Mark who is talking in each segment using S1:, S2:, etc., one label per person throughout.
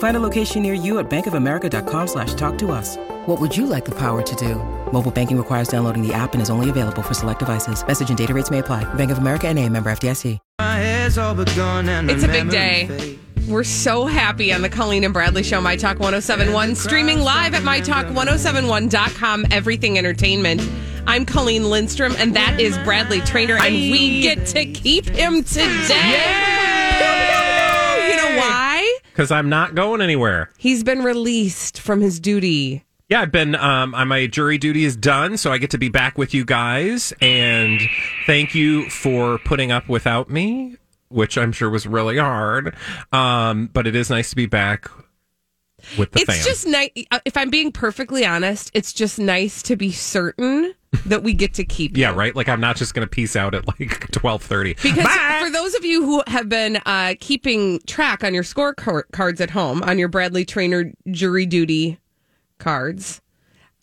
S1: Find a location near you at bankofamerica.com slash talk to us. What would you like the power to do? Mobile banking requires downloading the app and is only available for select devices. Message and data rates may apply. Bank of America and a member FDIC.
S2: It's
S3: It's
S2: a big day. We're so happy on the Colleen and Bradley Show, My Talk 1071, streaming live at MyTalk1071.com, Everything Entertainment. I'm Colleen Lindstrom, and that is Bradley Trainer, and we get to keep him today. You know why?
S4: because I'm not going anywhere.
S2: He's been released from his duty.
S4: Yeah, I've been. Um, uh, my jury duty is done, so I get to be back with you guys. And thank you for putting up without me, which I'm sure was really hard. Um, but it is nice to be back with the
S2: it's
S4: fam.
S2: just nice. If I'm being perfectly honest, it's just nice to be certain that we get to keep
S4: yeah,
S2: you.
S4: right. Like I'm not just going to peace out at like twelve thirty.
S2: Because for those of you who have been uh, keeping track on your scorecards at home, on your Bradley Trainer jury duty cards,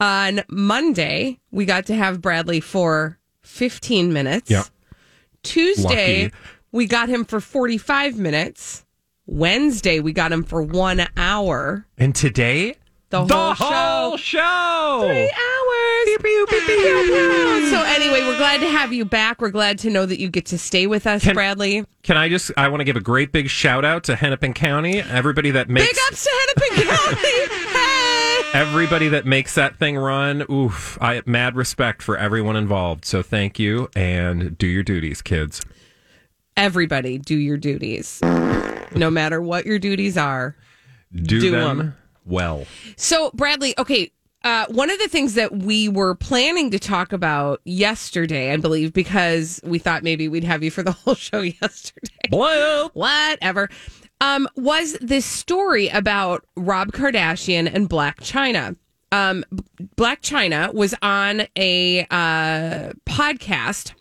S2: on Monday we got to have Bradley for 15 minutes.
S4: Yep.
S2: Tuesday
S4: Lucky.
S2: we got him for 45 minutes. Wednesday we got him for one hour.
S4: and today
S2: The whole,
S4: whole
S2: show.
S4: show.
S2: Three hours. So anyway, we're glad to have you back. We're glad to know that you get to stay with us,
S4: Can-
S2: Bradley.
S4: Can I just? I want to give a great big shout out to Hennepin County. Everybody that makes
S2: Big ups to Hennepin County. hey!
S4: everybody that makes that thing run oof i mad respect for everyone involved so thank you and do your duties kids
S2: Everybody, do your duties, no matter what your duties are.
S4: do,
S2: Do
S4: them
S2: 'em.
S4: well
S2: So, Bradley, okay. Uh, one of the things that we were planning to talk about yesterday, I believe, because we thought maybe we'd have you for the whole show yesterday,
S4: Bloop.
S2: whatever, um, was this story about Rob Kardashian and Black China. Um, B- Black China was on a uh, podcast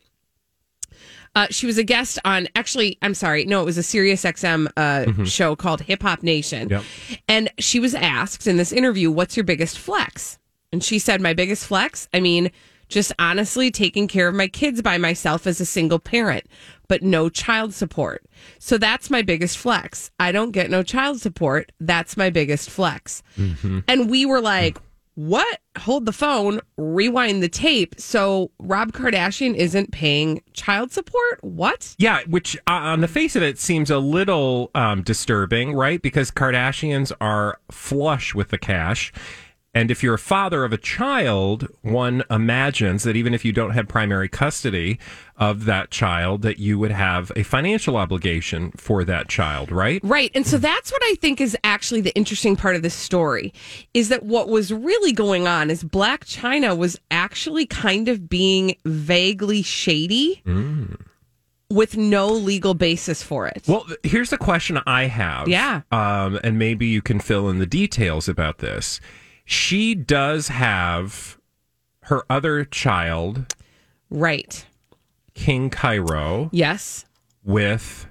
S2: Uh, she was a guest on actually, I'm sorry, no, it was a Sirius XM uh, show called Hip Hop Nation.
S4: Yep.
S2: And she was asked in this interview, What's your biggest flex? And she said, My biggest flex, I mean, just honestly taking care of my kids by myself as a single parent, but no child support. So that's my biggest flex. I don't get no child support. That's my biggest flex. And we were like, what? Hold the phone, rewind the tape. So Rob Kardashian isn't paying child support? What?
S4: yeah which uh, on the face of it seems a little um, disturbing right because kardashians are flush with the cash and if you're a father of a child one imagines that even if you don't have primary custody of that child that you would have a financial obligation for that child right
S2: Right. And so that's what I think is actually the interesting part of this story is that what was really going on is Black China was actually kind of being vaguely shady
S4: Mm.
S2: with no legal basis for it.
S4: Well, th- here's the question I have.
S2: Yeah.
S4: Um, and maybe you can fill in the details about this. She does have her other child,
S2: right.
S4: King Cairo,
S2: Yes.
S4: with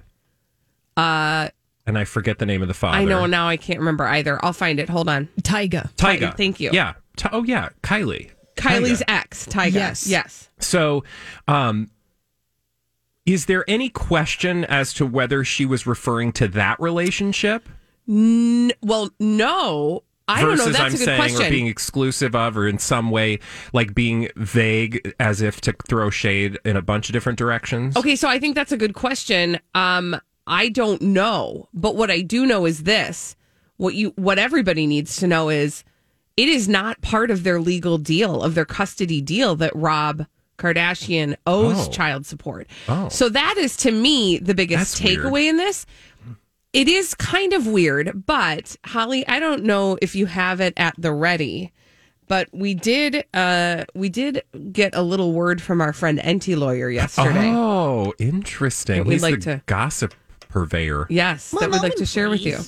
S4: uh and I forget the name of the father.
S2: I know now I can't remember either. I'll find it. Hold on.
S5: Tyga.
S4: Tyga.
S2: Thank you.
S4: Yeah. Ty- oh yeah, Kylie.
S2: Kylie's
S4: Tyga.
S2: ex, Tyga.
S5: Yes.
S2: Yes.
S4: So, um, is there any question as to whether she was referring to that relationship
S2: Well, no. I don't
S4: versus
S2: know. That's
S4: I'm
S2: a good
S4: saying
S2: question.
S4: or being exclusive of or in some way like being vague as if to throw shade in a bunch of different directions.
S2: okay, so I think that's a good question. Um, I don't know, but what I do know is this: what you, what everybody needs to know is, it is not part of their legal deal, of their custody deal, that Rob Kardashian owes
S4: Oh.
S2: child support.
S4: Oh.
S2: So that is to me the biggest
S4: That's weird.
S2: takeaway in this. It is kind of weird, but Holly, I don't know if you have it at the ready, but we did uh we did get a little word from our friend Enti lawyer yesterday.
S4: Oh, interesting.
S2: That we'd
S4: He's
S2: like
S4: the
S2: to-
S4: gossip purveyor.
S2: Yes, that we'd like to share with you.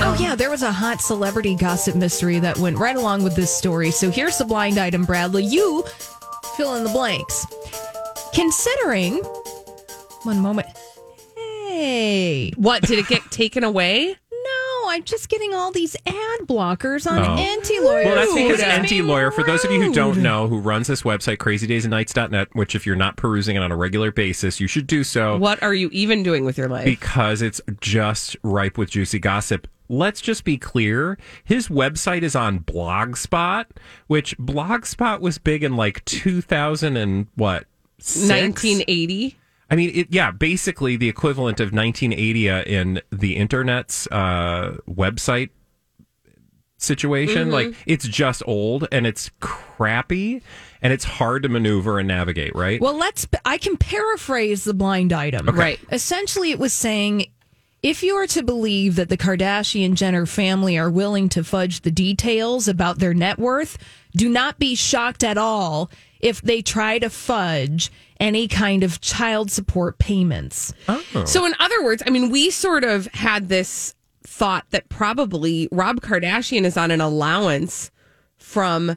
S3: Oh, yeah, there was a hot celebrity gossip mystery that went right along with this story. So here's the blind item, Bradley. You fill in the blanks. Considering, one moment. Hey,
S2: What did it get taken away?
S3: no, I'm just getting all these ad blockers on
S4: Oh.
S3: anti lawyers.
S4: Well, that's because
S2: Rude.
S4: NT Lawyer, for those of you who don't know, who runs this website, crazydaysandnights.net, which if you're not perusing it on a regular basis, you should do so
S2: What are you even doing with your life?
S4: because it's just ripe with juicy gossip. Let's just be clear. His website is on Blogspot, which Blogspot was big in like 2000 and what? six?
S2: 1980.
S4: I mean, it, yeah, basically the equivalent of 1980 in the internet's uh, website situation. Like, it's just old and it's crappy and it's hard to maneuver and navigate, right?
S3: Well, let's. I can paraphrase the blind item.
S2: Right.
S3: Essentially, it was saying if you are to believe that the Kardashian Jenner family are willing to fudge the details about their net worth, do not be shocked at all if they try to fudge any kind of child support payments.
S2: So, in other words, I mean, we sort of had this thought that probably Rob Kardashian is on an allowance from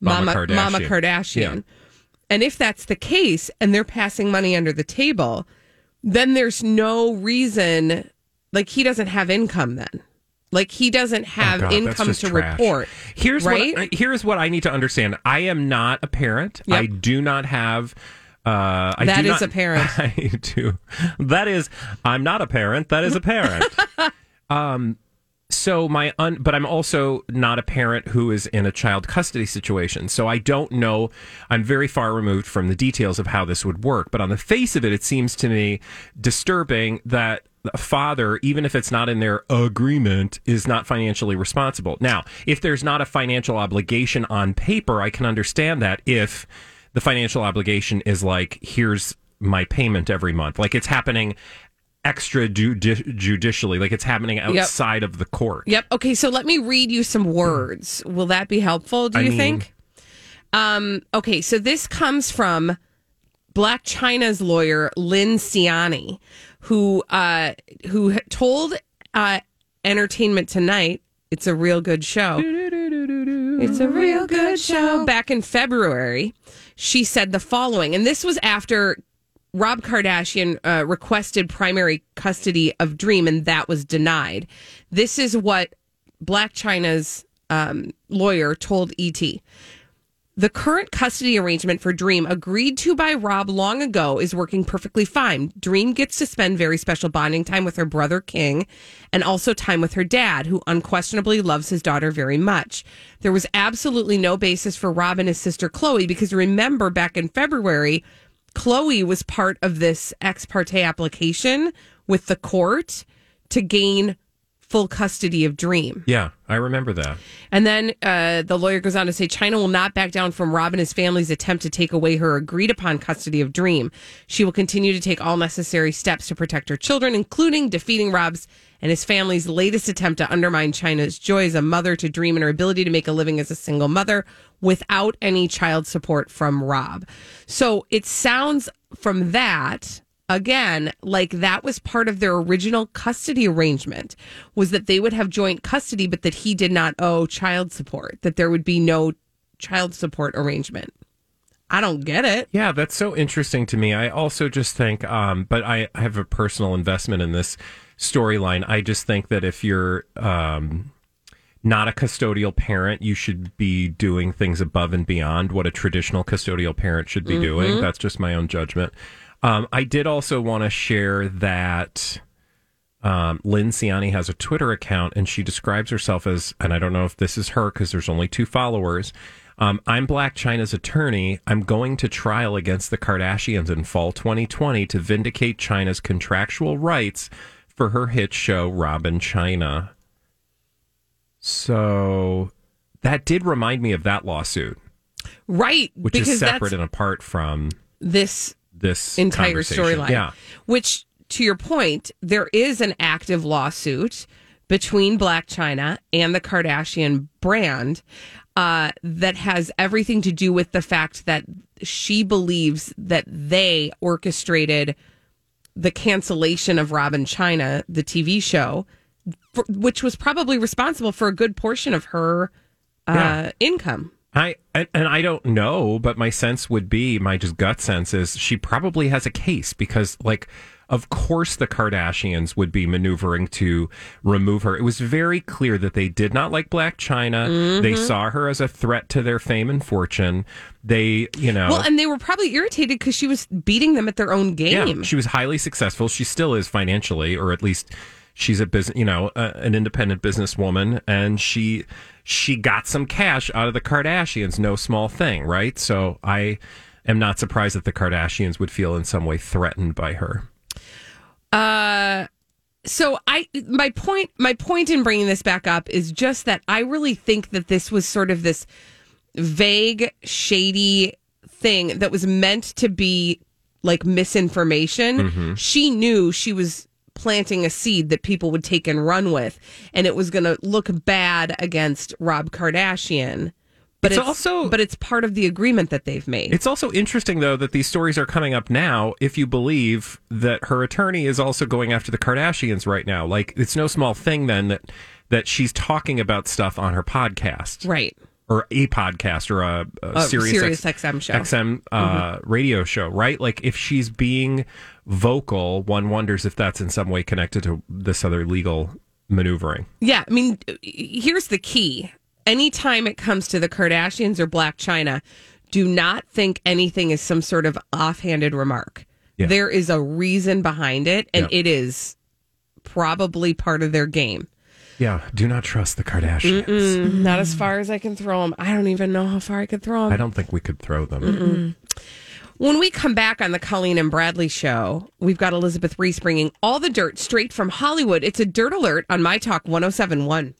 S4: Mama
S2: Mama,
S4: Kardashian.
S2: Mama Kardashian. And if that's the case and they're passing money under the table, then there's no reason, like, he doesn't have income then. Like, he doesn't have
S4: Oh, God, that's
S2: income
S4: just
S2: to
S4: trash.
S2: report.
S4: Here's
S2: right?
S4: what here's what I need to understand. I am not a parent.
S2: Yep.
S4: I do not have. Uh, I
S2: That
S4: do
S2: is
S4: not-
S2: a parent.
S4: I do. That is. I'm not a parent. That is a parent. um. So my un, but I'm also not a parent who is in a child custody situation. So I don't know. I'm very far removed from the details of how this would work. But on the face of it, it seems to me disturbing that a father, even if it's not in their agreement, is not financially responsible. Now, if there's not a financial obligation on paper, I can understand that if the financial obligation is like, here's my payment every month, like it's happening extra judi- judicially, like it's happening outside of the court.
S2: Yep. Okay. So let me read you some words. Will that be helpful? Do
S4: Hmm. I
S2: you
S4: mean-
S2: think? Um, okay. So this comes from Black China's lawyer Lynn Ciani, who uh, who told uh, Entertainment Tonight it's a real good show. It's a real Mm, good show. Back in February, she said the following, and this was after Rob Kardashian uh, requested primary custody of Dream, and that was denied. This is what Black China's um, lawyer told E ET. The current custody arrangement for Dream, agreed to by Rob long ago, is working perfectly fine. Dream gets to spend very special bonding time with her brother King and also time with her dad, who unquestionably loves his daughter very much. There was absolutely no basis for Rob and his sister Chloe because remember back in February, Chloe was part of this ex parte application with the court to gain full custody of Dream.
S4: Yeah, I remember that.
S2: And then uh, the lawyer goes on to say China will not back down from Rob and his family's attempt to take away her agreed upon custody of Dream. She will continue to take all necessary steps to protect her children, including defeating Rob's and his family's latest attempt to undermine China's joy as a mother to Dream and her ability to make a living as a single mother without any child support from Rob. So it sounds from that again like that was part of their original custody arrangement was that they would have joint custody but that he did not owe child support that there would be no child support arrangement i don't get it
S4: Yeah, that's so interesting to me. I also just think, um, but I I have a personal investment in this storyline. I just think that if you're um, not a custodial parent, you should be doing things above and beyond what a traditional custodial parent should be doing. That's just my own judgment. Um, I did also want to share that um, Lynn Ciani has a Twitter account and she describes herself as, and I don't know if this is her because there's only two followers. Um, I'm Black China's attorney. I'm going to trial against the Kardashians in fall 2020 to vindicate China's contractual rights for her hit show, Robin China. So that did remind me of that lawsuit,
S2: right
S4: which is separate and apart from
S2: this
S4: this
S2: entire
S4: conversation.
S2: storyline
S4: Yeah.
S2: which to your point, there is an active lawsuit between Black China and the Kardashian brand uh, that has everything to do with the fact that she believes that they orchestrated the cancellation of Robin China, the TV show, for, which was probably responsible for a good portion of her uh,
S4: Yeah.
S2: income.
S4: I and, and I don't know, but my sense would be my just gut sense is she probably has a case because like of course the Kardashians would be maneuvering to remove her. It was very clear that they did not like Black China. They
S2: Mm-hmm.
S4: saw her as a threat to their fame and fortune. They, you know,
S2: Well, and they were probably irritated because she was beating them at their own game.
S4: yeah, she was highly successful. She still is financially, or at least she's a business, you know, uh, an independent businesswoman, and she she got some cash out of the Kardashians. No small thing, right? So I am not surprised that the Kardashians would feel in some way threatened by her.
S2: so I my point my point in bringing this back up is just that I really think that this was sort of this vague shady thing that was meant to be like misinformation.
S4: Mm-hmm.
S2: She knew she was planting a seed that people would take and run with and it was going to look bad against Rob Kardashian. But
S4: It's
S2: it's,
S4: also-
S2: but it's part of the agreement that they've made.
S4: It's also interesting, though, that these stories are coming up now if you believe that her attorney is also going after the Kardashians right now. Like, it's no small thing then that, that she's talking about stuff on her podcast.
S2: right.
S4: or a podcast or a, a serious,
S2: Sirius XM show. Mm-hmm.
S4: XM uh, radio show, right? Like if she's being vocal, one wonders if that's in some way connected to this other legal maneuvering.
S2: Yeah, I mean, here's the key. Anytime it comes to the Kardashians or Black China, do not think anything is some sort of offhanded remark.
S4: Yeah.
S2: There is a reason behind it, and
S4: Yeah.
S2: it is probably part of their game.
S4: Yeah, do not trust the Kardashians.
S2: Not as far as I can throw them. I don't even know how far I could throw them.
S4: I don't think we could throw them.
S2: When we come back on the Colleen and Bradley show, we've got Elizabeth Reese bringing all the dirt straight from Hollywood. It's a dirt alert on My Talk 1071.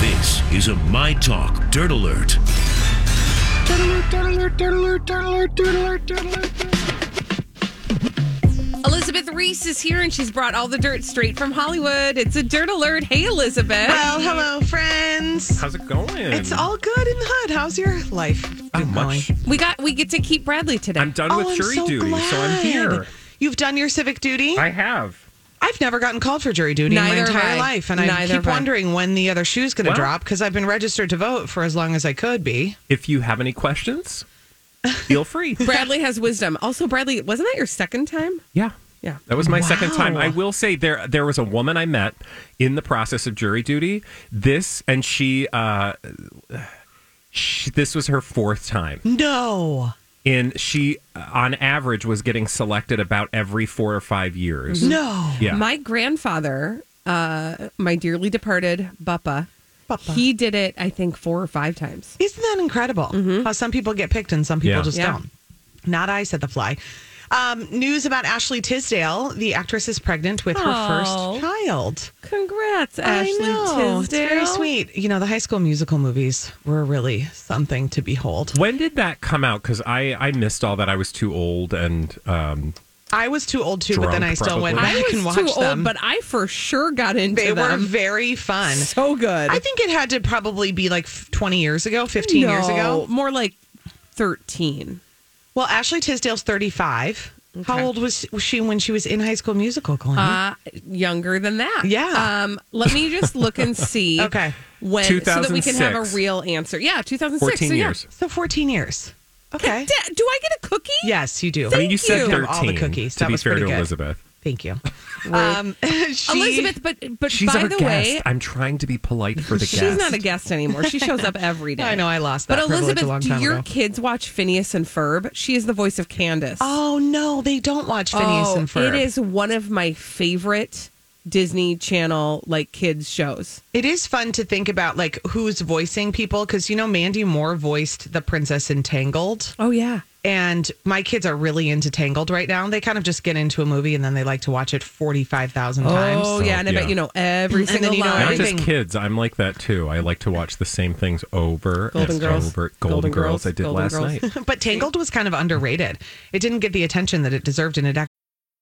S5: This is a My Talk Dirt Alert.
S2: Elizabeth Reese is here and she's brought all the dirt straight from Hollywood. It's a dirt alert. Hey, Elizabeth.
S6: Well, hello, friends.
S4: How's it going?
S6: It's all good in the hood. How's your life?
S4: I'm
S6: been going?
S4: Oh, much.
S2: we got we get to keep Bradley today.
S4: I'm done
S6: Oh,
S4: with
S6: I'm
S4: jury
S6: so
S4: duty,
S6: glad.
S4: so I'm here.
S6: You've done your civic duty.
S4: I have.
S6: I've never gotten called for jury duty in
S2: Neither
S6: my
S2: have
S6: entire
S2: I.
S6: life, and I
S2: Neither have
S6: keep
S2: I.
S6: wondering when the other shoe's going to
S4: Well-
S6: drop because I've been registered to vote for as long as I could be.
S4: If you have any questions, feel free.
S2: Bradley has wisdom. Also, Bradley, wasn't that your second time?
S4: Yeah.
S2: Yeah.
S4: That was my second
S6: Wow.
S4: time. I will say there there was a woman I met in the process of jury duty. This and she uh she, this was her fourth time.
S6: No,
S4: And she uh, on average was getting selected about every 4 or 5 years.
S6: no.
S4: Yeah.
S2: Mm-hmm. My grandfather, uh, my dearly departed Bappa,
S6: Papa.
S2: he did it I think four or five times.
S6: Isn't that incredible? How some people get picked and some people
S4: Yeah.
S6: just
S2: Mm-hmm. Yeah.
S6: don't. Not I, said the fly. Um, news about Ashley Tisdale. The actress is pregnant with
S2: Oh.
S6: her first child.
S2: Congrats, Ashley
S6: I know.
S2: Tisdale.
S6: It's very sweet. You know, the high school musical movies were really something to behold.
S4: when did that come out? Because I, I missed all that. I was too old, and um,
S6: I was too old to, but then
S4: Drunk,
S6: I still went
S4: probably.
S6: back
S2: I
S6: and
S2: was
S6: watched
S2: too old,
S6: them.
S2: but I for sure got into
S6: they were
S2: them.
S6: very fun.
S2: so good.
S6: I think it had to probably be like f- 20 years ago, 15 years
S2: No,
S6: ago.
S2: more like thirteen.
S6: Well, Ashley Tisdale's 35. How
S2: Okay.
S6: old was was she when she was in High School Musical, Colleen?
S2: Uh, younger than that.
S6: Yeah.
S2: Um, let me just look and see.
S6: Okay.
S2: When so that we can have a
S4: 2006.
S2: real answer. Yeah, 2006.
S4: 14
S2: so yeah.
S4: years.
S6: so 14 years. Okay.
S2: D- do I get a cookie?
S6: Yes, you do.
S4: I mean, you said
S2: you.
S4: 13.
S6: Have all the cookies.
S4: To
S6: That
S4: be
S6: was
S4: fair to
S6: pretty good.
S4: Elizabeth.
S6: Thank you. Um, she-
S2: Elizabeth, but but
S4: She's
S2: by
S4: our
S2: the
S4: guest.
S2: way,
S4: I'm trying to be polite for the
S2: she's
S4: guest.
S2: not a guest anymore. She shows up every day.
S6: I know I lost that
S2: But
S6: privilege
S2: Elizabeth,
S6: a long
S2: do
S6: time
S2: your
S6: ago.
S2: kids watch Phineas and Ferb? She is the voice of Candace.
S6: Oh no, they don't watch Phineas
S2: Oh,
S6: and Ferb.
S2: it is one of my favorite Disney Channel like kids shows.
S6: It is fun to think about like who's voicing people because you know Mandy Moore voiced the princess in Tangled,
S2: Oh yeah.
S6: and my kids are really into Tangled right now. They kind of just get into a movie and then they like to watch it forty five thousand times.
S2: Oh yeah, and I
S4: yeah.
S2: bet you know every
S6: Mm, And then
S2: single
S6: you know
S2: line.
S4: Not
S6: Everything.
S4: just kids. I'm like that too. I like to watch the same things over
S2: Golden
S4: and
S2: Girls.
S4: over.
S2: Golden
S4: Golden, Girls,
S2: Girls.
S4: I did
S2: Golden
S4: last
S2: Girls.
S4: night.
S6: But Tangled was kind of underrated. It didn't get the attention that it deserved, and it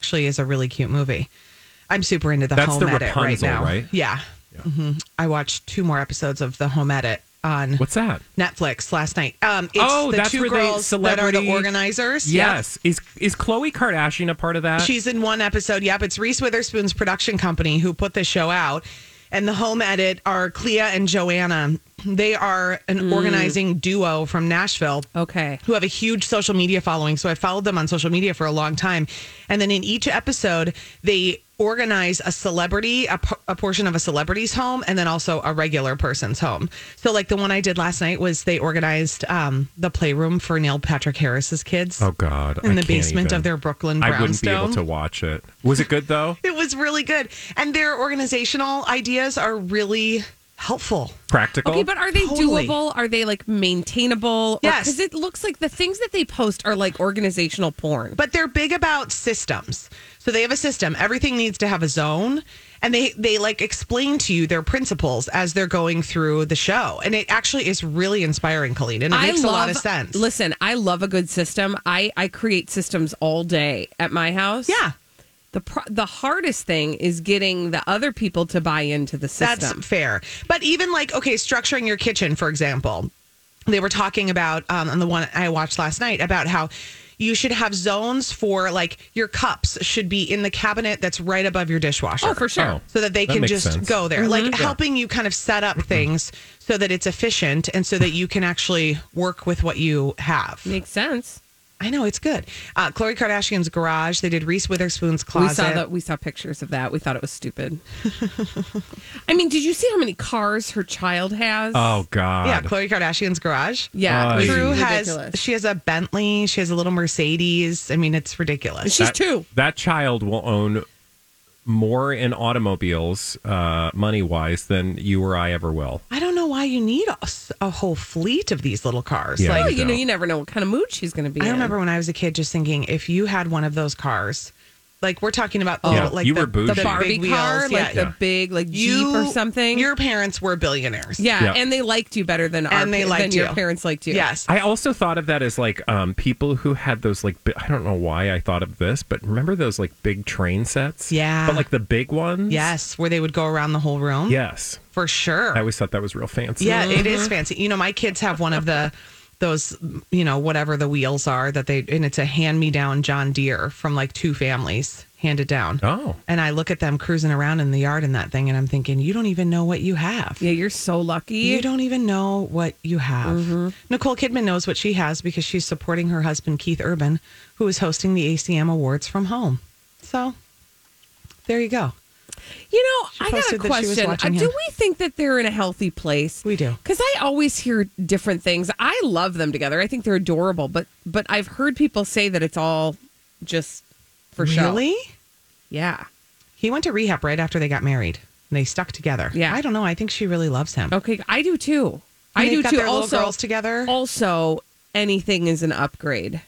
S6: actually is a really cute movie. I'm super into the
S4: That's
S6: home
S4: the
S6: edit right
S4: Rapunzel,
S6: now.
S4: right?
S6: Yeah. hmm I watched two more episodes of the home edit on
S4: What's that?
S6: Netflix last night. Um, it's
S4: oh,
S6: the
S4: that's
S6: two
S4: where
S6: girls
S4: they
S6: that are
S4: celebrity
S6: the organizers. Yep.
S4: Yes, is is Chloe Kardashian a part of that?
S6: She's in one episode. Yep. It's Reese Witherspoon's production company who put the show out. And the home edit are Clea and Joanna. They are an organizing duo from Nashville
S2: Okay.
S6: who have a huge social media following. So I followed them on social media for a long time. And then in each episode, they organize a celebrity, a, p- a portion of a celebrity's home, and then also a regular person's home. So, like the one I did last night was they organized um, the playroom for Neil Patrick Harris's kids
S4: oh God,
S6: in
S4: I
S6: the
S4: can't
S6: basement
S4: even.
S6: of their Brooklyn
S4: I
S6: brownstone.
S4: wouldn't be able to watch it. Was it good though?
S6: It was really good. And their organizational ideas are really helpful.
S4: Practical.
S2: Okay, but uh, are they
S6: Totally.
S2: doable? Are they like maintainable?
S6: Yes.
S2: Because it looks like the things that they post are like organizational porn.
S6: but they're big about systems. So they have a system. Everything needs to have a zone, and they they like explain to you their principles as they're going through the show. And it actually is really inspiring, Colleen, and it makes a lot of sense.
S2: Listen, I love a good system. I I create systems all day at my house.
S6: yeah,
S2: The pro- the hardest thing is getting the other people to buy into the system.
S6: that's fair. But even like okay, structuring your kitchen, for example, they were talking about um, on the one I watched last night about how. You should have zones for like your cups should be in the cabinet that's right above your dishwasher.
S2: oh, for sure.
S4: Oh.
S6: so that they
S4: That
S6: can
S4: makes
S6: just
S4: sense. Mm-hmm.
S6: go there like helping you kind of set up things so that it's efficient and so that you can actually work with what you have
S2: Makes sense.
S6: i know it's good uh chloe kardashian's garage they did reese witherspoon's closet
S2: We saw that. We saw pictures of that. We thought it was stupid. I mean, did you see how many cars her child has?
S4: oh God.
S6: yeah chloe kardashian's garage
S2: yeah.
S4: Uh,
S2: it was
S6: Drew has
S2: ridiculous.
S6: she has a Bentley, she has a little Mercedes. I mean, it's ridiculous.
S2: She's two.
S4: that child will own more in automobiles, uh, money wise, than you or I ever will.
S6: I don't know why you need a, s- a whole fleet of these little cars.
S4: Yeah.
S2: Well,
S6: Like
S4: you
S2: you know,
S4: don't.
S2: you never know what kind of mood she's going to be.
S6: I
S2: in.
S6: remember when I was a kid just thinking if you had one of those cars, like we're talking about the
S4: Yeah,
S6: little- like
S4: you
S6: the,
S4: were bougie.
S2: the
S4: The
S2: Barbie
S6: big
S2: car,
S6: wheels,
S2: like
S6: yeah.
S2: the big like Jeep or something.
S6: Your parents were billionaires.
S2: yeah,
S4: Yeah.
S2: and they liked you better than our,
S6: And they
S2: pa-
S6: liked
S2: than your
S6: you.
S2: parents liked you.
S6: Yes.
S4: I also thought of that as like um, people who had those like bi- I don't know why I thought of this, but remember those like big train sets?
S6: Yeah.
S4: but like the big ones.
S6: yes, where they would go around the whole room.
S4: yes.
S6: For sure.
S4: I always thought that was real fancy.
S6: yeah, it is fancy. You know, my kids have one of the those you know whatever the wheels are that they and it's a hand me down John Deere from like two families handed down.
S4: Oh,
S6: And I look at them cruising around in the yard in that thing and I'm thinking you don't even know what you have.
S2: Yeah, you're so lucky.
S6: You don't even know what you have.
S2: Mm-hmm.
S6: Nicole Kidman knows what she has because she's supporting her husband, Keith Urban, who is hosting the ACM Awards from home. So there you go.
S2: You know, I got a
S6: posted that she was
S2: question. Uh,
S6: watching
S2: do
S6: him.
S2: we think that they're in a healthy place?
S6: We do.
S2: Because I always hear different things. I love them together. I think they're adorable, but but I've heard people say that it's all just for show.
S6: Really?
S2: Yeah.
S6: He went to rehab right after they got married. And they stuck together.
S2: Yeah.
S6: I don't know. I think she really loves him.
S2: Okay. I do too.
S6: And
S2: I do
S6: they've got
S2: too.
S6: Their little
S2: also,
S6: girls together
S2: also, anything is an upgrade.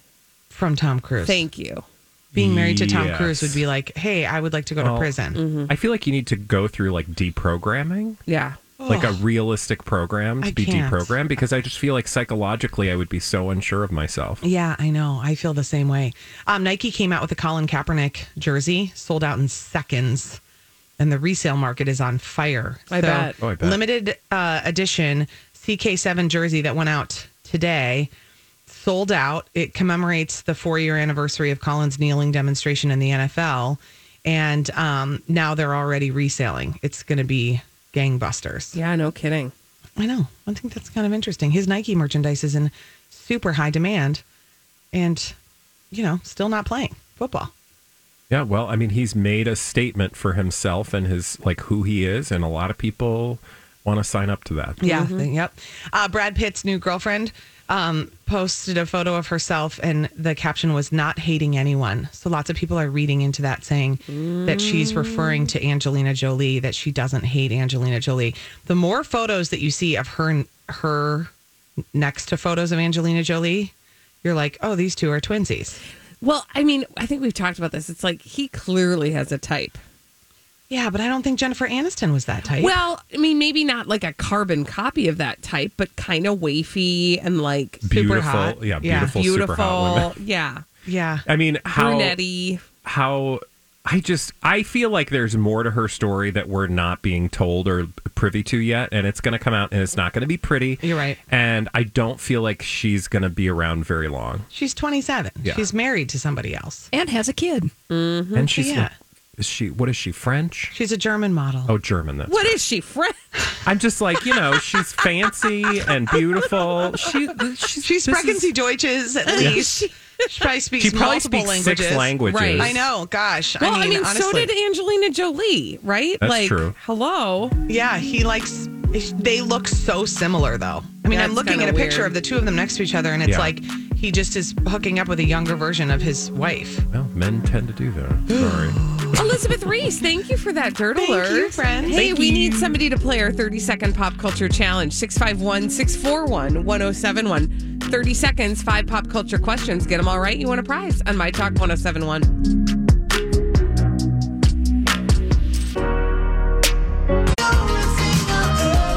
S6: from Tom Cruise.
S2: Thank you.
S6: Being married to Tom
S4: Yes.
S6: Cruise would be like, hey, I would like to go to
S4: Well,
S6: prison.
S4: I feel like you need to go through like deprogramming,
S2: Yeah.
S4: like a realistic program to
S6: I
S4: be
S6: can't.
S4: deprogrammed, because I just feel like psychologically I would be so unsure of myself.
S6: Yeah, I know. I feel the same way. Um, Nike came out with a Colin Kaepernick jersey, sold out in seconds, and the resale market is on fire.
S2: I bet.
S4: Oh, I bet.
S6: Limited uh, edition CK7 jersey that went out today sold out. It commemorates the four year anniversary of Collins' kneeling demonstration in the NFL. And um, now they're already reselling. It's going to be gangbusters.
S2: Yeah, no kidding.
S6: I know. I think that's kind of interesting. His Nike merchandise is in super high demand and, you know, still not playing football.
S4: Yeah, well, I mean, he's made a statement for himself and his like who he is, and a lot of people want to sign up to that.
S6: Yeah. Yep. Uh, Brad Pitt's new girlfriend um, posted a photo of herself, and the caption was "not hating anyone." So lots of people are reading into that, saying that she's referring to Angelina Jolie, that she doesn't hate Angelina Jolie. The more photos that you see of her, her next to photos of Angelina Jolie, you're like, oh, these two are twinsies.
S2: Well, I mean, I think we've talked about this. It's like he clearly has a type.
S6: Yeah, but I don't think Jennifer Aniston was that type.
S2: Well, I mean, maybe not like a carbon copy of that type, but kind of wafy and like
S4: Beautiful,
S6: hot.
S4: yeah,
S6: Yeah.
S4: beautiful,
S2: beautiful.
S4: super hot women.
S2: yeah.
S6: yeah.
S4: I mean, how
S2: Brunetty.
S4: how I just I feel like there's more to her story that we're not being told or privy to yet, and it's going to come out, and it's not going to be pretty.
S6: You're right.
S4: and I don't feel like she's going to be around very long.
S6: She's 27.
S4: Yeah.
S6: She's married to somebody else.
S3: and has a kid.
S4: And she's
S6: Mm-hmm. Yeah.
S4: is she what is she French?
S6: She's a German model.
S4: Oh, German. That's
S2: What is she, French?
S4: I'm just like you know she's fancy and beautiful. She she's,
S6: She's
S4: this is-
S6: pregnancy Deutsches at least. She probably speaks
S4: She probably
S6: multiple
S4: speaks
S6: languages.
S4: six languages.
S2: Right.
S6: I know. Gosh.
S2: Well,
S6: I mean,
S2: so
S6: honestly,
S2: did Angelina Jolie, right?
S4: That's
S2: like,
S4: true.
S2: hello.
S6: yeah. He likes. They look so similar, though. I mean,
S2: Yeah,
S6: I'm
S2: it's
S6: looking
S2: kinda
S6: at a picture
S2: weird.
S6: of the two of them next to each other, and it's
S4: Yeah.
S6: like he just is hooking up with a younger version of his wife.
S4: Well, men tend to do that. Sorry.
S2: Elizabeth Reese, thank you for that dirt
S6: Thank
S2: alert.
S6: you, friend.
S2: Hey,
S6: Thank
S2: we
S6: you.
S2: need somebody to play our 30 second pop culture challenge 651 641 1071. 30 seconds, five pop culture questions. Get them all right. You win a prize on My Talk 1071.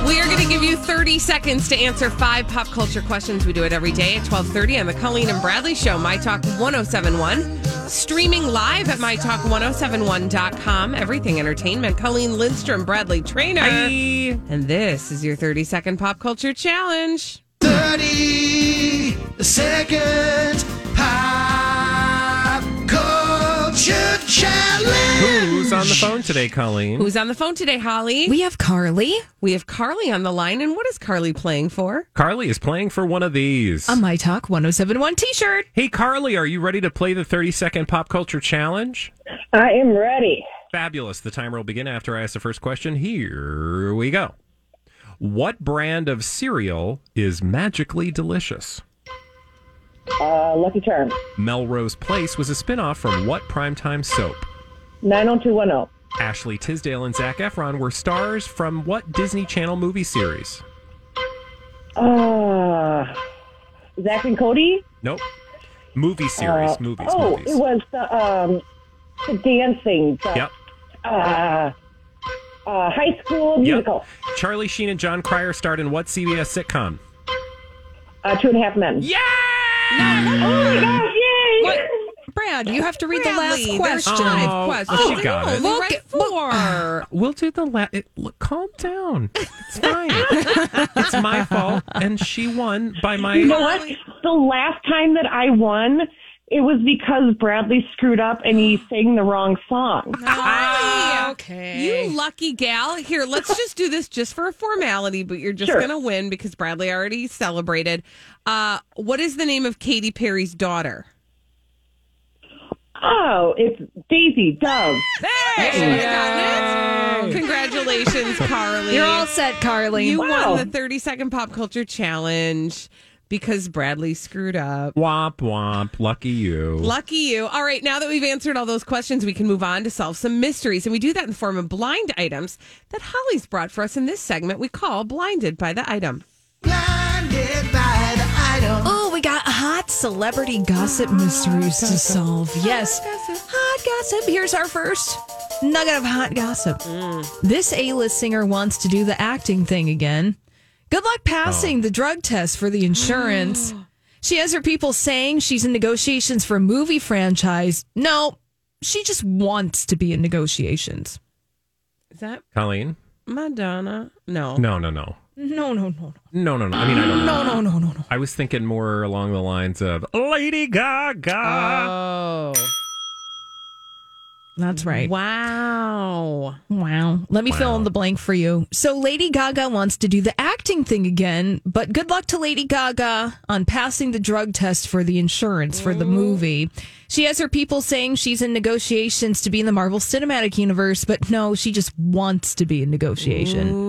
S2: We are going to give you 30 seconds to answer five pop culture questions. We do it every day at 12:30 on the Colleen and Bradley show, My Talk 1071, streaming live at mytalk1071.com. Everything Entertainment. Colleen Lindstrom, Bradley Trainer. And this is your 30 second pop culture challenge.
S5: 30 second pop culture challenge.
S4: Who's on the phone today, Colleen?
S2: Who's on the phone today, Holly?
S3: We have Carly,
S2: We have Carly on the line. And what is Carly playing for?
S4: Carly is playing for one of these.
S3: a My Talk 1071 t shirt.
S4: hey, Carly, are you ready to play the 30 second pop culture challenge?
S7: I am ready.
S4: Fabulous. The timer will begin after I ask the first question. Here we go. What brand of cereal is magically delicious?
S7: Uh, Lucky Charm.
S4: Melrose Place was a spin-off from what primetime soap?
S7: 90210.
S4: Ashley Tisdale and Zach Efron were stars from what Disney Channel movie series?
S7: Uh, Zach and Cody?
S4: Nope. Movie series,
S7: Uh,
S4: movies,
S7: oh,
S4: movies.
S7: it was the, um, the dancing. The,
S4: Yep.
S7: Uh, uh, high school musical.
S4: Charlie Sheen and John Cryer starred in what CBS sitcom?
S7: Uh, two and a half men.
S4: Yeah!
S7: Oh my gosh, yay!
S3: Brad, you have to read
S2: Bradley,
S3: the last
S2: there's
S3: question.
S2: five
S4: Oh,
S2: questions.
S4: she got
S2: no,
S4: it.
S2: Look,
S3: Look,
S2: right four.
S4: We'll do the la- it, look, calm down. It's fine. it's my fault, and she won by my.
S7: You know what? The last time that I won, it was because Bradley screwed up and he sang the wrong song.
S3: okay.
S2: You lucky gal. Here, let's just do this just for a formality, but you're just
S7: Sure.
S2: going to win because Bradley already celebrated. Uh, what is the name of Katy Perry's daughter?
S7: Oh, it's Daisy Dove.
S2: There, she would've gotten it. Congratulations, Carly.
S3: You're all set, Carly.
S2: You
S7: Wow.
S2: won the 30 second pop culture challenge because Bradley screwed up.
S4: Womp womp. Lucky you.
S2: Lucky you. All right, now that we've answered all those questions, we can move on to solve some mysteries. And we do that in the form of blind items that Holly's brought for us in this segment we call Blinded by the Item.
S5: Blinded by the item.
S3: Oh, we got hot celebrity gossip mysteries to solve. Yes. Hot gossip. Here's our first nugget of hot gossip. This A list singer wants to do the acting thing again. Good luck passing the drug test for the insurance. she has her people saying she's in negotiations for a movie franchise. No, she just wants to be in negotiations.
S2: Is that
S4: Colleen?
S2: Madonna? No.
S4: No, no, no.
S3: No, no, no,
S4: No,
S3: no.
S4: no, no. I mean, I don't.
S3: No, no, no, no, no.
S4: I was thinking more along the lines of Lady Gaga.
S2: Oh.
S3: That's right.
S2: Wow.
S3: Wow. Let me fill in the blank for you. So Lady Gaga wants to do the acting thing again, but good luck to Lady Gaga on passing the drug test for the insurance for the movie. She has her people saying she's in negotiations to be in the Marvel Cinematic Universe, but no, she just wants to be in negotiation.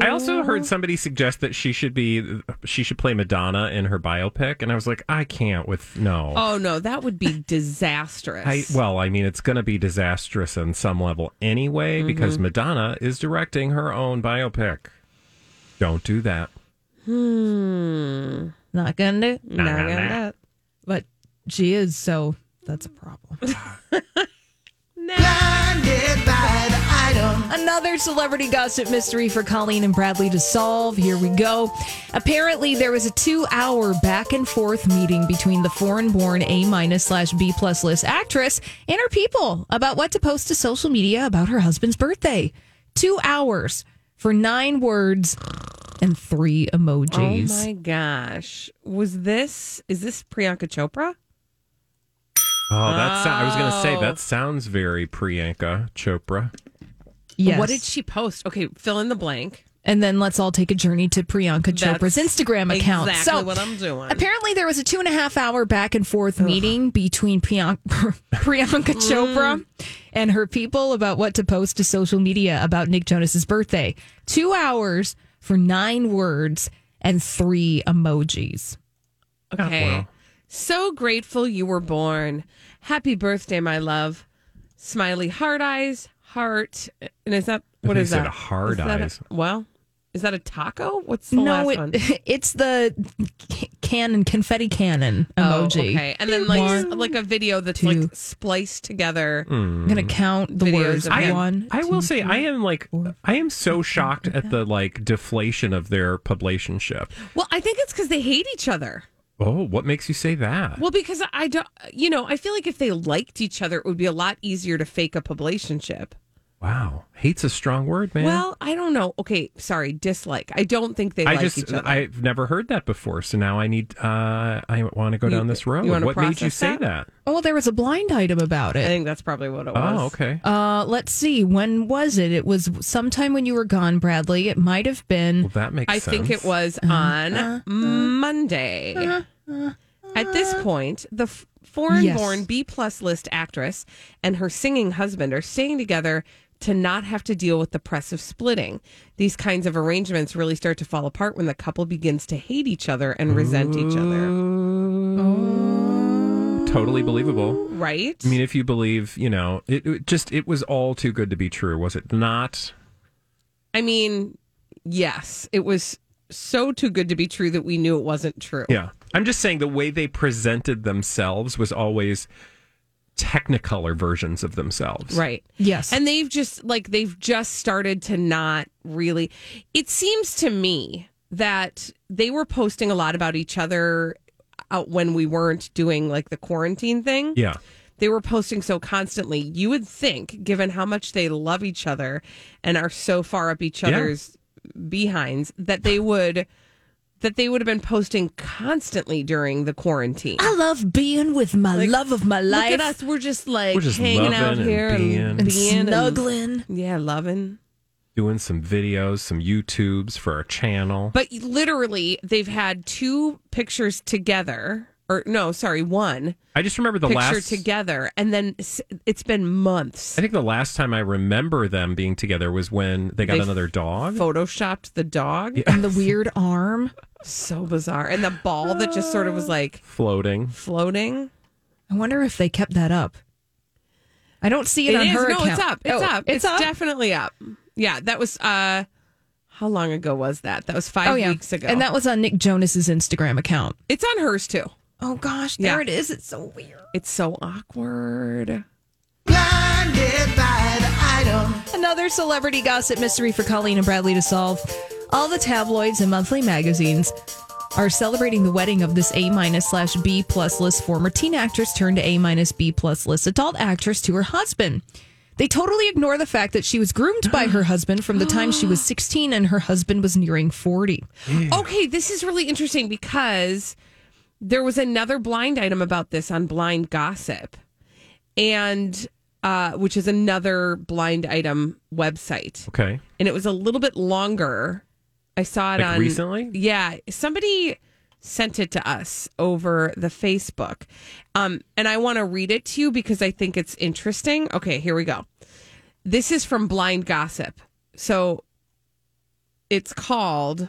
S4: I also heard somebody suggest that she should be she should play Madonna in her biopic, and I was like, I can't with no.
S2: Oh no, that would be disastrous.
S4: I, well, I mean, it's going to be disastrous on some level anyway because
S2: Mm-hmm.
S4: Madonna is directing her own biopic. Don't do that.
S2: hmm.
S3: Not gonna do,
S4: Nah, nah,
S2: Not gonna-
S4: nah.
S3: but she is, so that's a problem. Another celebrity gossip mystery for Colleen and Bradley to solve. Here we go. Apparently, there was a two hour back and forth meeting between the foreign born A minus slash B plus list actress and her people about what to post to social media about her husband's birthday. Two hours for nine words and three emojis.
S2: Oh my gosh. Was this is this Priyanka Chopra?
S4: Oh, that's I was going to say
S2: Oh.
S4: that sounds very Priyanka Chopra.
S3: Yes.
S2: What did she post? Okay, fill in the blank.
S3: and then let's all take a journey to Priyanka Chopra's
S2: That's
S3: Instagram account.
S2: Exactly
S3: so
S2: what I'm doing.
S3: Apparently, there was a two and a half hour back and forth meeting between Priyanka, Priyanka
S2: Mm.
S3: Chopra and her people about what to post to social media about Nick Jonas's birthday. Two hours for nine words and three emojis.
S2: okay.
S4: Oh,
S2: So grateful you were born. Happy birthday, my love. Smiley heart eyes, heart. And is that what
S4: They
S2: is
S4: said
S2: that?
S4: hard
S2: Is that a-
S4: eyes.
S2: well, is that a taco? What's the last
S3: no,
S2: one?
S3: it, it's the c- cannon confetti cannon
S2: Oh,
S3: emoji.
S2: okay. And then like s-
S3: One,
S2: like a video that's
S3: two.
S2: like spliced together.
S3: I'm gonna count the
S2: Videos
S3: words.
S2: of him.
S3: One,
S4: I will
S3: two,
S4: say I am like I am so shocked at the like deflation of their publicationship.
S2: Well, I think it's because they hate each other.
S4: Oh, what makes you say that?
S2: Well, because I don't, you know, I feel like if they liked each other, it would be a lot easier to fake up a relationship.
S4: wow, hate's a strong word, man.
S2: Well, I don't know. Okay, sorry, dislike. I don't think they
S4: I
S2: like
S4: just
S2: each other.
S4: I've never heard that before, so now I need uh I want to go
S2: You-
S4: down this road.
S2: you wanna
S4: what made you
S2: process
S4: say
S2: that?
S4: that?
S3: Oh, there was a blind item about
S2: I
S3: it.
S2: think that's probably what it was.
S4: Oh, okay.
S3: Uh, let's see. When was it? It was sometime when you were gone, Bradley. It might have
S4: Well,
S3: been.
S4: that makes
S2: I
S4: sense.
S2: think it was on Monday. At this point, the f- foreign-born
S3: Yes.
S2: B plus list actress and her singing husband are staying together to not have to deal with the press of splitting. These kinds of arrangements really start to fall apart when the couple begins to hate each other and resent each other.
S4: totally believable.
S2: Right?
S4: I mean, if you believe, you know, it, it just it was all too good to be true, was it not?
S2: I mean, yes, it was so too good to be true that we knew it wasn't true.
S4: Yeah. I'm just saying the way they presented themselves was always technicolor versions of themselves.
S2: Right.
S3: Yes.
S2: And they've just like they've just started to not really it seems to me that they were posting a lot about each other out when we weren't doing like the quarantine thing.
S4: Yeah.
S2: They were posting so constantly. You would think given how much they love each other and are so far up each
S4: Yeah.
S2: other's behinds that they would that they would have been posting constantly during the quarantine.
S3: I love being with my love of my life
S2: Look at us. We're just like
S4: We're just
S2: hanging out
S4: loving and
S2: here and being,
S4: being.
S3: and
S2: and-
S3: snuggling.
S2: yeah, loving.
S4: Doing some videos, some YouTubes for our channel.
S2: But literally, they've had two pictures together, or no, sorry, one
S4: I just remember the
S2: picture
S4: last
S2: together, and then s- it's been months.
S4: I think the last time I remember them being together was when they got
S2: They
S4: another dog.
S2: Photoshopped the dog.
S3: and the weird arm.
S2: So bizarre. And the ball that just sort of was like
S4: floating.
S2: floating.
S3: I wonder if they kept that up. I don't see it,
S2: It
S3: on
S2: is.
S3: her
S2: No,
S3: account.
S2: it's up. It's
S3: Oh,
S2: up. It's,
S3: It's, up.
S2: definitely up. Yeah, that was, uh how long ago was that? That was five
S3: oh yeah.
S2: weeks ago.
S3: And that was on Nick Jonas's Instagram account.
S2: it's on hers too.
S3: Oh gosh,
S2: Yeah.
S3: there it is. It's so weird.
S2: It's so awkward.
S3: Another celebrity gossip mystery for Colleen and Bradley to solve. All the tabloids and monthly magazines are celebrating the wedding of this A minus slash B plus list former teen actress turned A minus B plus list adult actress to her husband. They totally ignore the fact that she was groomed by her husband from the time she was 16 and her husband was nearing 40.
S2: Okay, this is really interesting because there was another blind item about this on Blind Gossip, and uh, which is another blind item website,
S4: Okay.
S2: and it was a little bit longer. I saw it
S4: Like
S2: on
S4: recently?
S2: Yeah, somebody sent it to us over the Facebook, um, and I want to read it to you because I think it's interesting. Okay, here we go. This is from Blind Gossip, so it's called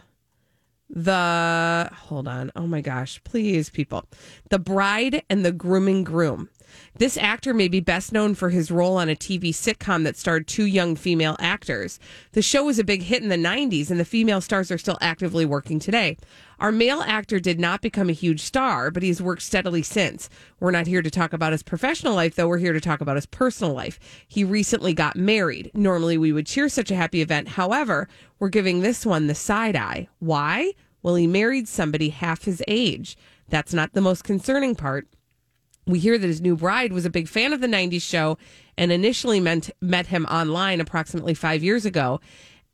S2: the hold on oh my gosh please people the bride and the grooming groom this actor may be best known for his role on a tv sitcom that starred two young female actors the show was a big hit in the 90s and the female stars are still actively working today our male actor did not become a huge star but he's worked steadily since we're not here to talk about his professional life though we're here to talk about his personal life he recently got married normally we would cheer such a happy event however we're giving this one the side eye why well, he married somebody half his age. That's not the most concerning part. We hear that his new bride was a big fan of the 90s show and initially meant, met him online approximately five years ago.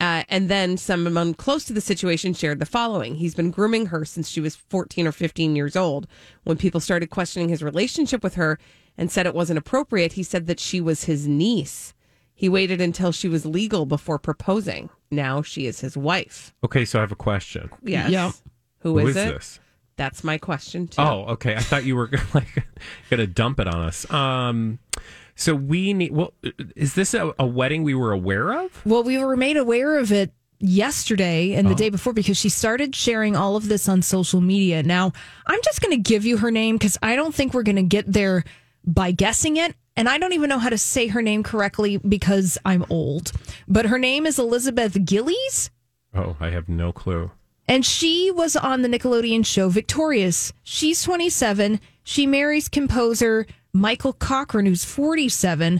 S2: Uh, and then someone close to the situation shared the following He's been grooming her since she was 14 or 15 years old. When people started questioning his relationship with her and said it wasn't appropriate, he said that she was his niece. He waited until she was legal before proposing. Now she is his wife.
S4: Okay, so I have a question.
S2: Yes.
S3: Yep.
S2: Who is,
S4: Who is
S2: it?
S4: this?
S2: That's my question too.
S4: Oh, okay. I thought you were like gonna dump it on us. Um, so we need. Well, is this a, a wedding we were aware of?
S3: Well, we were made aware of it yesterday and the day before because she started sharing all of this on social media. Now, I'm just going to give you her name because I don't think we're going to get there by guessing it. And I don't even know how to say her name correctly because I'm old. But her name is Elizabeth Gillies.
S4: Oh, I have no clue.
S3: And she was on the Nickelodeon show Victorious. She's 27. She marries composer Michael Cochran, who's 47.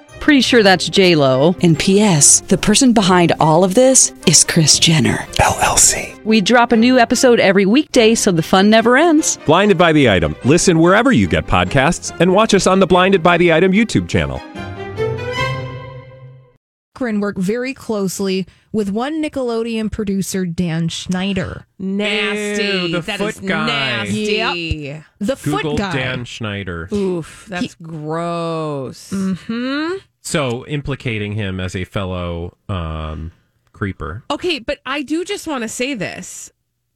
S8: Pretty sure that's J Lo. And P.S. The person behind all of this is Chris Jenner
S9: LLC.
S8: We drop a new episode every weekday, so the fun never ends.
S9: Blinded by the item. Listen wherever you get podcasts, and watch us on the Blinded by the Item YouTube channel.
S3: Cochran worked very closely with one Nickelodeon producer, Dan Schneider.
S2: Nasty.
S4: Ew, the
S2: That
S4: foot
S2: is
S4: guy.
S2: nasty.
S3: The
S4: Google
S3: foot guy.
S4: Dan Schneider.
S2: Oof, that's gross.
S3: hmm
S4: So implicating him as a fellow um, creeper.
S2: Okay, but I do just want to say this.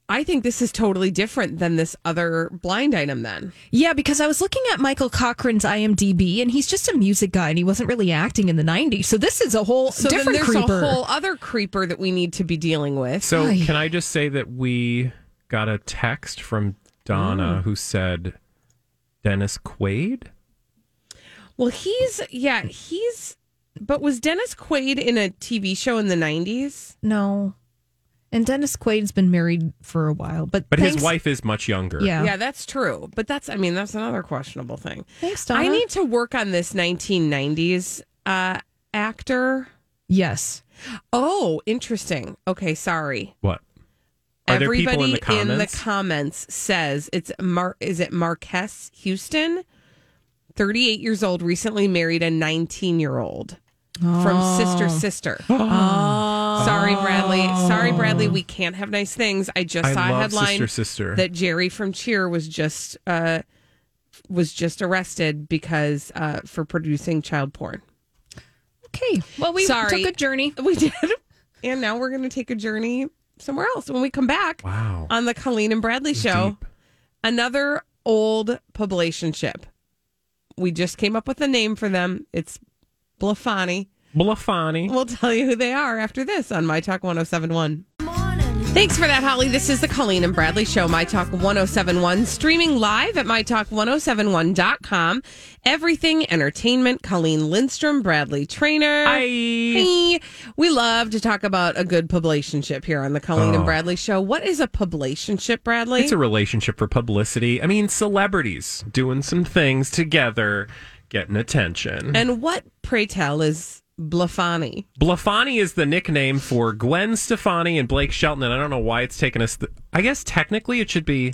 S2: I think this is totally different than this other blind item then.
S3: Yeah, because I was looking at Michael Cochran's IMDb, and he's just a music guy, and he wasn't really acting in the 90s. So this is a whole
S2: So then
S3: different
S2: there's
S3: creeper.
S2: a whole other creeper that we need to be dealing with.
S4: So can I just say that we got a text from Donna who said Dennis Quaid.
S2: well, he's yeah, he's but was Dennis Quaid in a TV show in the 90s?
S3: no. And Dennis Quaid's been married for a while, but,
S4: But his
S3: thanks-
S4: wife is much younger.
S3: Yeah.
S2: yeah, that's true. But that's I mean, that's another questionable thing.
S3: Thanks, Donna.
S2: I need to work on this 1990s uh, actor.
S3: Yes.
S2: Oh, interesting. Okay, sorry.
S4: What? Are there people in
S2: Everybody
S4: the comments?
S2: comments says it's Mar- is it Marquess Houston, 38 years old, recently married a 19 year old from Sister Sister. Sorry, Bradley. Sorry, Bradley. We can't have nice things. I just
S4: I
S2: saw a
S4: love
S2: headline
S4: Sister Sister.
S2: that Jerry from Cheer was just uh, was just arrested because uh, for producing child porn.
S3: Okay. Well, we
S2: Sorry.
S3: took a journey.
S2: We did. And now we're going to take a journey somewhere else. When we come back
S4: wow.
S2: on the Colleen and Bradley show,
S4: Deep.
S2: another old publicationship. We just came up with a name for them. It's Blafani.
S4: Blafani.
S2: We'll tell you who they are after this on My Talk 1071. Thanks for that, Holly. This is the Colleen and Bradley Show, My Talk 1071, streaming live at MyTalk1071.com. Everything entertainment, Colleen Lindstrom, Bradley Trainer. Hi. We love to talk about a good publationship here on the Colleen
S4: Oh.
S2: and Bradley Show. What is a publationship, Bradley?
S4: It's a relationship for publicity. I mean, celebrities doing some things together, getting attention.
S2: and what, pray tell, is Blafani?
S4: Blafani is the nickname for Gwen Stefani and Blake Shelton, and I don't know why it's taken us. Th- I guess technically it should be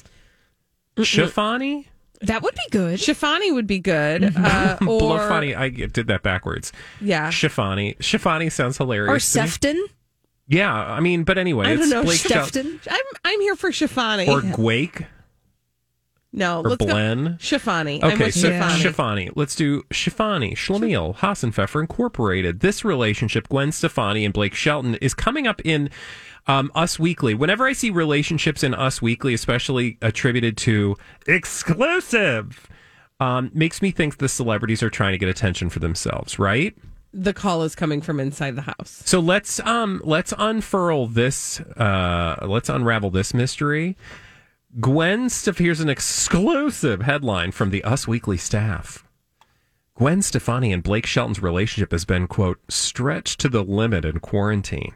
S4: Shafani.
S3: That would be good.
S2: Shafani would be good. Uh, or
S4: Blafani. I g- did that backwards.
S2: Yeah.
S4: Shafani. Shafani sounds hilarious.
S3: Or
S4: to me.
S3: Sefton.
S4: Yeah, I mean, but anyway,
S2: I
S4: it's
S2: don't know.
S4: Blake Shelton
S2: Shefton. I'm I'm here for Shafani.
S4: or Gwake.
S2: no,
S4: or
S2: let's
S4: Blen?
S2: go Shafani. I'm
S4: Okay,
S2: with
S4: so
S2: Shafani.
S4: Shafani. Let's do Shafani, Schlemiel, Hassenpfeffer Incorporated. This relationship, Gwen Stefani and Blake Shelton, is coming up in um, Us Weekly. Whenever I see relationships in Us Weekly, especially attributed to exclusive, um, makes me think the celebrities are trying to get attention for themselves, right?
S2: The call is coming from inside the house.
S4: So let's um let's unfurl this uh let's unravel this mystery. Gwen Stef here's an exclusive headline from the Us Weekly staff. Gwen Stefani and Blake Shelton's relationship has been quote stretched to the limit in quarantine.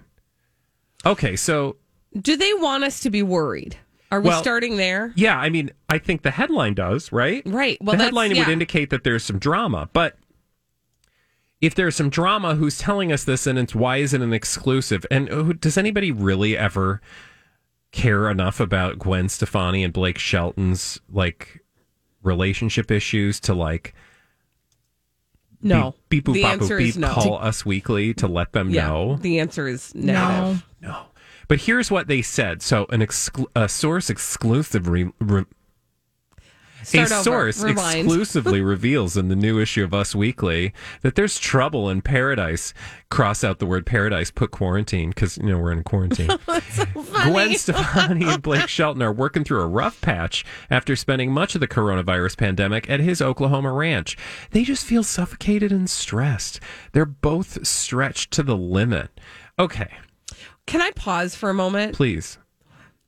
S4: Okay, so
S2: Do they want us to be worried? Are we
S4: Well-
S2: starting there?
S4: yeah, I mean, I think the headline does, right?
S2: Right. Well,
S4: the
S2: that's-
S4: headline would
S2: yeah.
S4: indicate that there's some drama, but if there's some drama, who's telling us this, and it's why isn't it an exclusive? And who does anybody really ever care enough about Gwen Stefani and Blake Shelton's like relationship issues to like
S2: No.
S4: beep, beep boop
S2: the
S4: bop,
S2: answer
S4: boop, beep,
S2: is no.
S4: call us weekly to let them
S2: yeah,
S4: know?
S2: The answer is negative.
S4: But here's what they said. So, an exclu- a source exclusive re- re- a
S2: Start over.
S4: source
S2: Rewind.
S4: exclusively reveals in the new issue of Us Weekly that there's trouble in paradise. Cross out the word paradise, put quarantine because you know we're in quarantine. Gwen Stefani and Blake Shelton are working through a rough patch after spending much of the coronavirus pandemic at his Oklahoma ranch. They just feel suffocated and stressed. They're both stretched to the limit. Okay,
S2: Can I pause for a moment?
S4: please.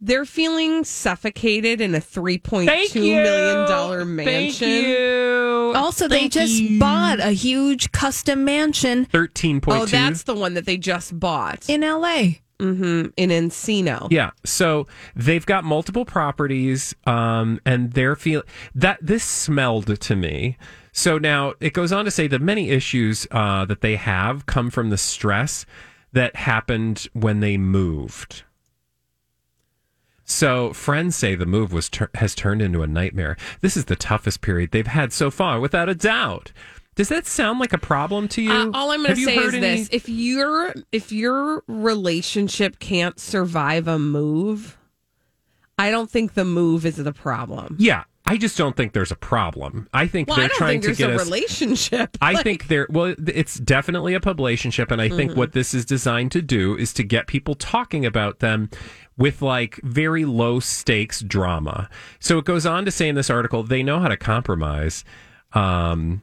S2: They're feeling suffocated in a three point two
S3: you.
S2: million dollar
S3: Thank
S2: mansion. Oh,
S3: Also, they just bought a huge custom mansion
S4: Thirteen point two.
S2: Oh, that's the one that they just bought in
S3: L.A.
S2: Mm-hmm. In Encino.
S4: Yeah. So they've got multiple properties, um, and they're feel that this smelled to me. So now it goes on to say that many issues uh, that they have come from the stress that happened when they moved. So friends say the move was tur- has turned into a nightmare. This is the toughest period they've had so far, without a doubt. Does that sound like a problem to you?
S2: Uh, all I'm going
S4: Have
S2: to
S4: you
S2: say is
S4: heard any-
S2: this: if your if your relationship can't survive a move, I don't think the move is the problem.
S4: Yeah, I just don't think there's a problem. I think
S2: Well,
S4: they're
S2: I don't
S4: trying
S2: think there's
S4: to get
S2: a
S4: us.
S2: relationship.
S4: I think there. Well, th- it's definitely a publicationship, and I think
S2: Mhm.
S4: what this is designed to do is to get people talking about them with like very low stakes drama. So it goes on to say in this article they know how to compromise. Um,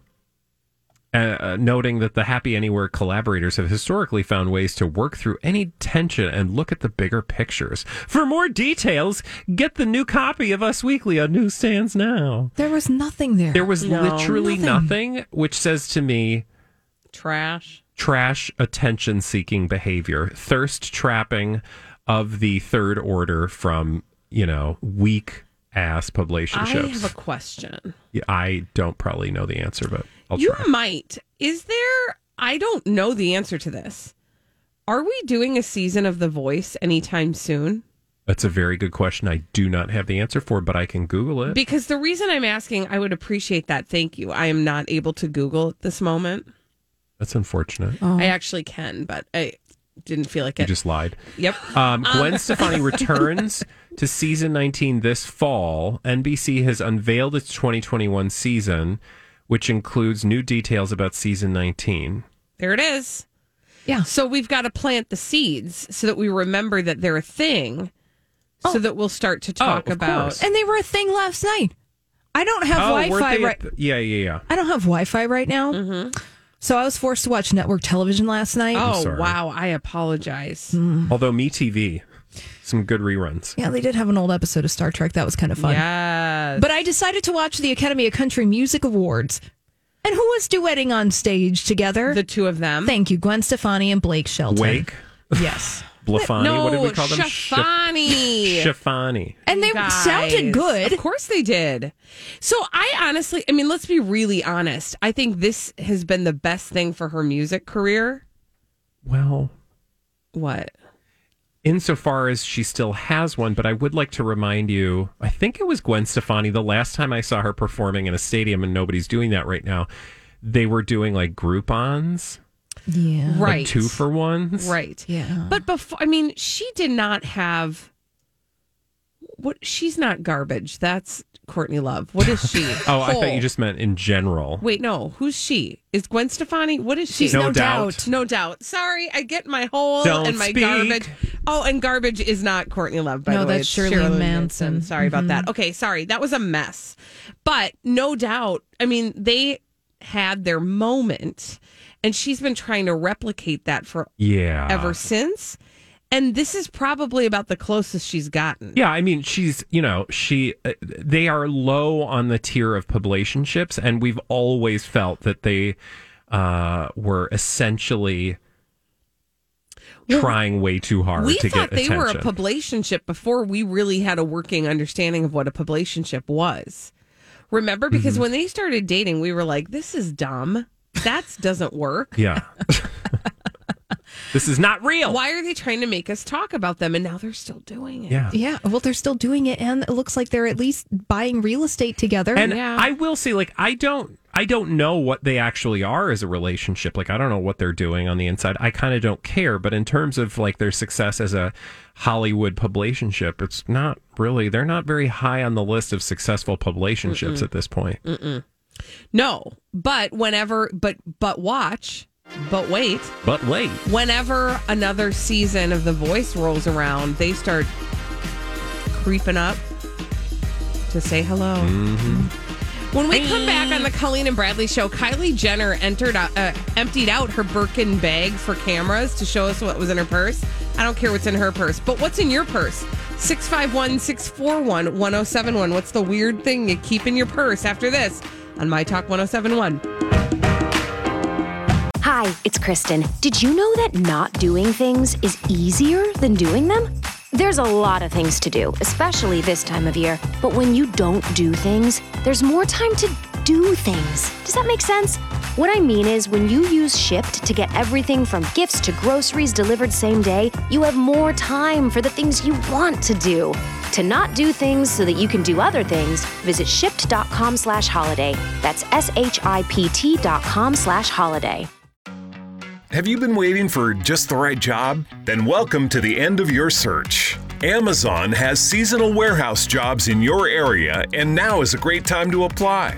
S4: uh, noting that the Happy Anywhere collaborators have historically found ways to work through any tension and look at the bigger pictures. For more details, get the new copy of Us Weekly on newsstands now.
S3: There was nothing there.
S4: There was literally nothing. which says to me
S2: Trash.
S4: trash attention seeking behavior, thirst trapping of the third order from, you know, weak ass
S2: I
S4: publicationships.
S2: have a question.
S4: Yeah, I don't probably know the answer, but I'll
S2: you
S4: try.
S2: might. Is there? I don't know the answer to this. Are we doing a season of The Voice anytime soon?
S4: That's a very good question. I do not have the answer for, but I can Google it.
S2: Because the reason I'm asking, I would appreciate that. Thank you. I am not able to Google at this moment.
S4: That's unfortunate.
S2: I actually can, but I didn't feel like
S4: You
S2: it.
S4: just lied.
S2: Yep.
S4: Um, Gwen
S2: Um,
S4: Stefani returns to season 19 this fall. NBC has unveiled its 2021 season, which includes new details about season 19.
S2: There it is.
S3: Yeah.
S2: So we've got to plant the seeds so that we remember that they're a thing, so that we'll start to talk
S4: Oh, of
S2: about.
S4: course.
S3: And they were a thing last night. I don't have
S4: oh, weren't
S3: Wi-Fi
S4: they at
S3: right.
S4: the- yeah, yeah, yeah.
S3: I don't have Wi-Fi right now. So I was forced to watch network television last night.
S4: I'm Oh, sorry. wow.
S2: I apologize.
S4: Although MeTV, some good reruns.
S3: Yeah, they did have an old episode of Star Trek. That was kind of fun.
S2: Yes.
S3: But I decided to watch the Academy of Country Music Awards. And who was duetting on stage together?
S2: The two of them.
S3: Thank you, Gwen Stefani and Blake Shelton.
S4: Wake,
S3: Yes.
S4: Blafani. what did we call them? Shif-
S2: Shafani.
S4: Shafani.
S3: And they sounded good.
S2: Of course they did. So I honestly, I mean, let's be really honest. I think this has been the best thing for her music career.
S4: Well,
S2: what?
S4: Insofar as she still has one, but I would like to remind you, I think it was Gwen Stefani the last time I saw her performing in a stadium, and nobody's doing that right now. They were doing like Groupons,
S3: Yeah.
S4: like
S2: Right.
S4: two for ones,
S2: Right.
S3: Yeah.
S2: But before, I mean, she did not have what? She's not garbage. That's Courtney Love. What is she?
S4: Oh, I thought
S2: Whole.
S4: you just meant in general.
S2: Wait, no. Who's she? Is Gwen Stefani? What is she?
S4: She's No No Doubt. Doubt.
S2: No doubt. Sorry, I get my whole
S4: Don't
S2: and my
S4: speak.
S2: garbage. Oh, and garbage is not Courtney Love, by
S3: No,
S2: the way.
S3: that's
S2: It's
S3: Shirley Manson. Mm-hmm.
S2: Sorry about that. Okay, sorry. That was a mess. But no doubt, I mean, they had their moment, and she's been trying to replicate that for
S4: Yeah.
S2: ever since. And this is probably about the closest she's gotten.
S4: Yeah, I mean, she's, you know, she, uh, they are low on the tier of publicationships, and we've always felt that they uh, were essentially trying way too hard
S2: we
S4: to
S2: thought
S4: get
S2: they
S4: attention.
S2: were a publicationship before we really had a working understanding of what a publicationship was. Remember, because
S4: Mm-hmm.
S2: when they started dating, we were like, "This is dumb. That doesn't work.
S4: yeah. this is not real.
S2: Why are they trying to make us talk about them?" And now they're still doing it.
S4: Yeah.
S3: Yeah. Well, they're still doing it. And it looks like they're at least buying real estate together.
S4: And I will say, like, I don't, I don't know what they actually are as a relationship. Like, I don't know what they're doing on the inside. I kind of don't care. But in terms of like their success as a Hollywood publicationship, it's not really. They're not very high on the list of successful publicationships at this point.
S2: No, but whenever, but but watch, but wait.
S4: But wait,
S2: Whenever another season of The Voice rolls around, they start creeping up to say hello. When we come back on the Colleen and Bradley show, Kylie Jenner entered out, uh, emptied out her Birkin bag for cameras to show us what was in her purse. I don't care what's in her purse, but what's in your purse? 651 641 1071. What's the weird thing you keep in your purse after this on My Talk 1071?
S6: Hi, it's Kristen. Did you know that not doing things is easier than doing them? There's a lot of things to do, especially this time of year. But when you don't do things, there's more time to do things. Does that make sense? What I mean is, when you use Shipt to get everything from gifts to groceries delivered same day, you have more time for the things you want to do. To not do things so that you can do other things, visit shipped.com slash holiday. That's S H I P T dot com slash holiday.
S10: Have you been waiting for just the right job? Then welcome to the end of your search. Amazon has seasonal warehouse jobs in your area, and now is a great time to apply.